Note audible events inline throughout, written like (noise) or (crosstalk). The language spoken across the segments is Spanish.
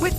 With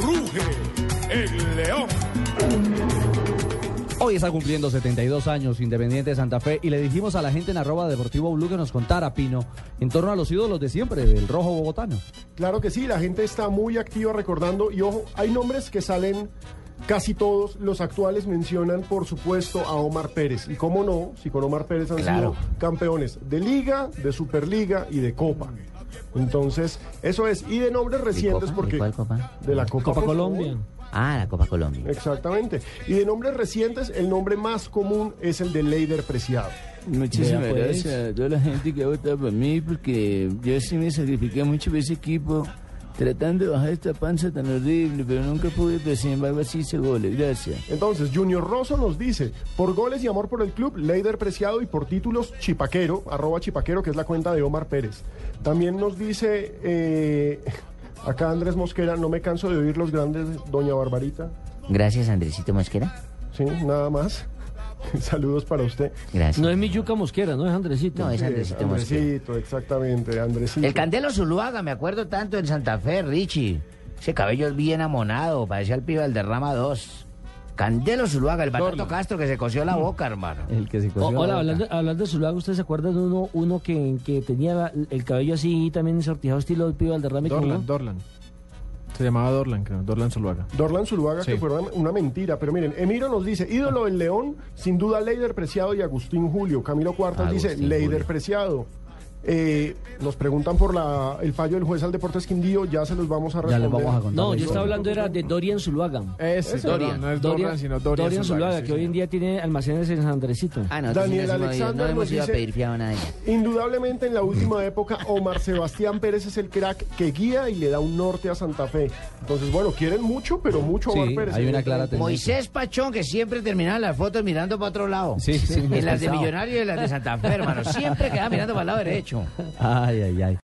Ruge el león. Hoy está cumpliendo 72 años Independiente de Santa Fe y le dijimos a la gente en arroba deportivo blue que nos contara Pino en torno a los ídolos de siempre del rojo bogotano. Claro que sí, la gente está muy activa recordando y ojo, hay nombres que salen casi todos, los actuales mencionan por supuesto a Omar Pérez y cómo no, si con Omar Pérez han sido campeones de liga, de superliga y de copa. Entonces, eso es, y de nombres recientes Copa? porque ¿De cuál Copa? de la Copa, Copa por favor. Colombia. Ah, la Copa Colombia. Exactamente. Y de nombres recientes, el nombre más común es el de Leider Preciado. Muchísimas Vea, pues. gracias a toda la gente que ha votado por mí, porque yo sí me sacrifiqué mucho por ese equipo, tratando de bajar esta panza tan horrible, pero nunca pude, pero sin embargo así hice goles. Gracias. Entonces, Junior Rosso nos dice, por goles y amor por el club, Leider Preciado y por títulos, Chipaquero, arroba Chipaquero, que es la cuenta de Omar Pérez. También nos dice, eh, acá Andrés Mosquera, no me canso de oír los grandes, Doña Barbarita. Gracias, Andresito Mosquera. Sí, nada más. (laughs) Saludos para usted. Gracias. No es mi yuca mosquera, no es Andresito. No, es Eh, Andresito Mosquera. Andresito, exactamente, Andresito. El Candelo Zuluaga, me acuerdo tanto en Santa Fe, Richie. Ese cabello es bien amonado, parecía el pibe del derrama 2. Candelo Zuluaga, el Batato Castro que se cosió la boca, hermano. El que se O- cogió la hola, boca. hablando, hablando de Zuluaga, ¿ustedes se acuerdan de uno, uno que, que tenía la- el cabello así también sortijado estilo del pibe Valderrama? y como- Dorlan, Dorlan. Se llamaba Dorlan, creo. Dorlan Zuluaga. Dorlan Zuluaga, Sí. que fue una- una mentira, pero miren, Emiro nos dice, ídolo del León, sin duda Leider Preciado y Agustín Julio. Camilo Cuartas Agustín dice, Leider Julio. Preciado. Eh, nos preguntan por la, el fallo del juez al Deportes Quindío, ya se los vamos a Ya responder. les vamos a contar. No, la yo historia. estaba hablando era de Dorian Zuluaga. Ese, Ese, Dorian. Dorian. No es Dorlan, sino Dorian, Zuluaga, sí, que hoy en señor. día tiene almacenes en San Andresito. Ah, no, Daniel entonces no, hemos ido- Alexander no hemos nos ido a dice- pedir fiado a nadie. Indudablemente en la última época Omar Sebastián Pérez es el crack que guía y le da un norte a Santa Fe. Entonces, bueno, quieren mucho, pero mucho Omar Sí, Pérez. hay una clara tendencia. Moisés Pachón, que siempre terminaba las fotos mirando para otro lado. Sí, sí, me en las de pensaba. Millonarios y en las de Santa Fe, hermano. Siempre quedaba mirando para el lado derecho. Ay, ay, ay.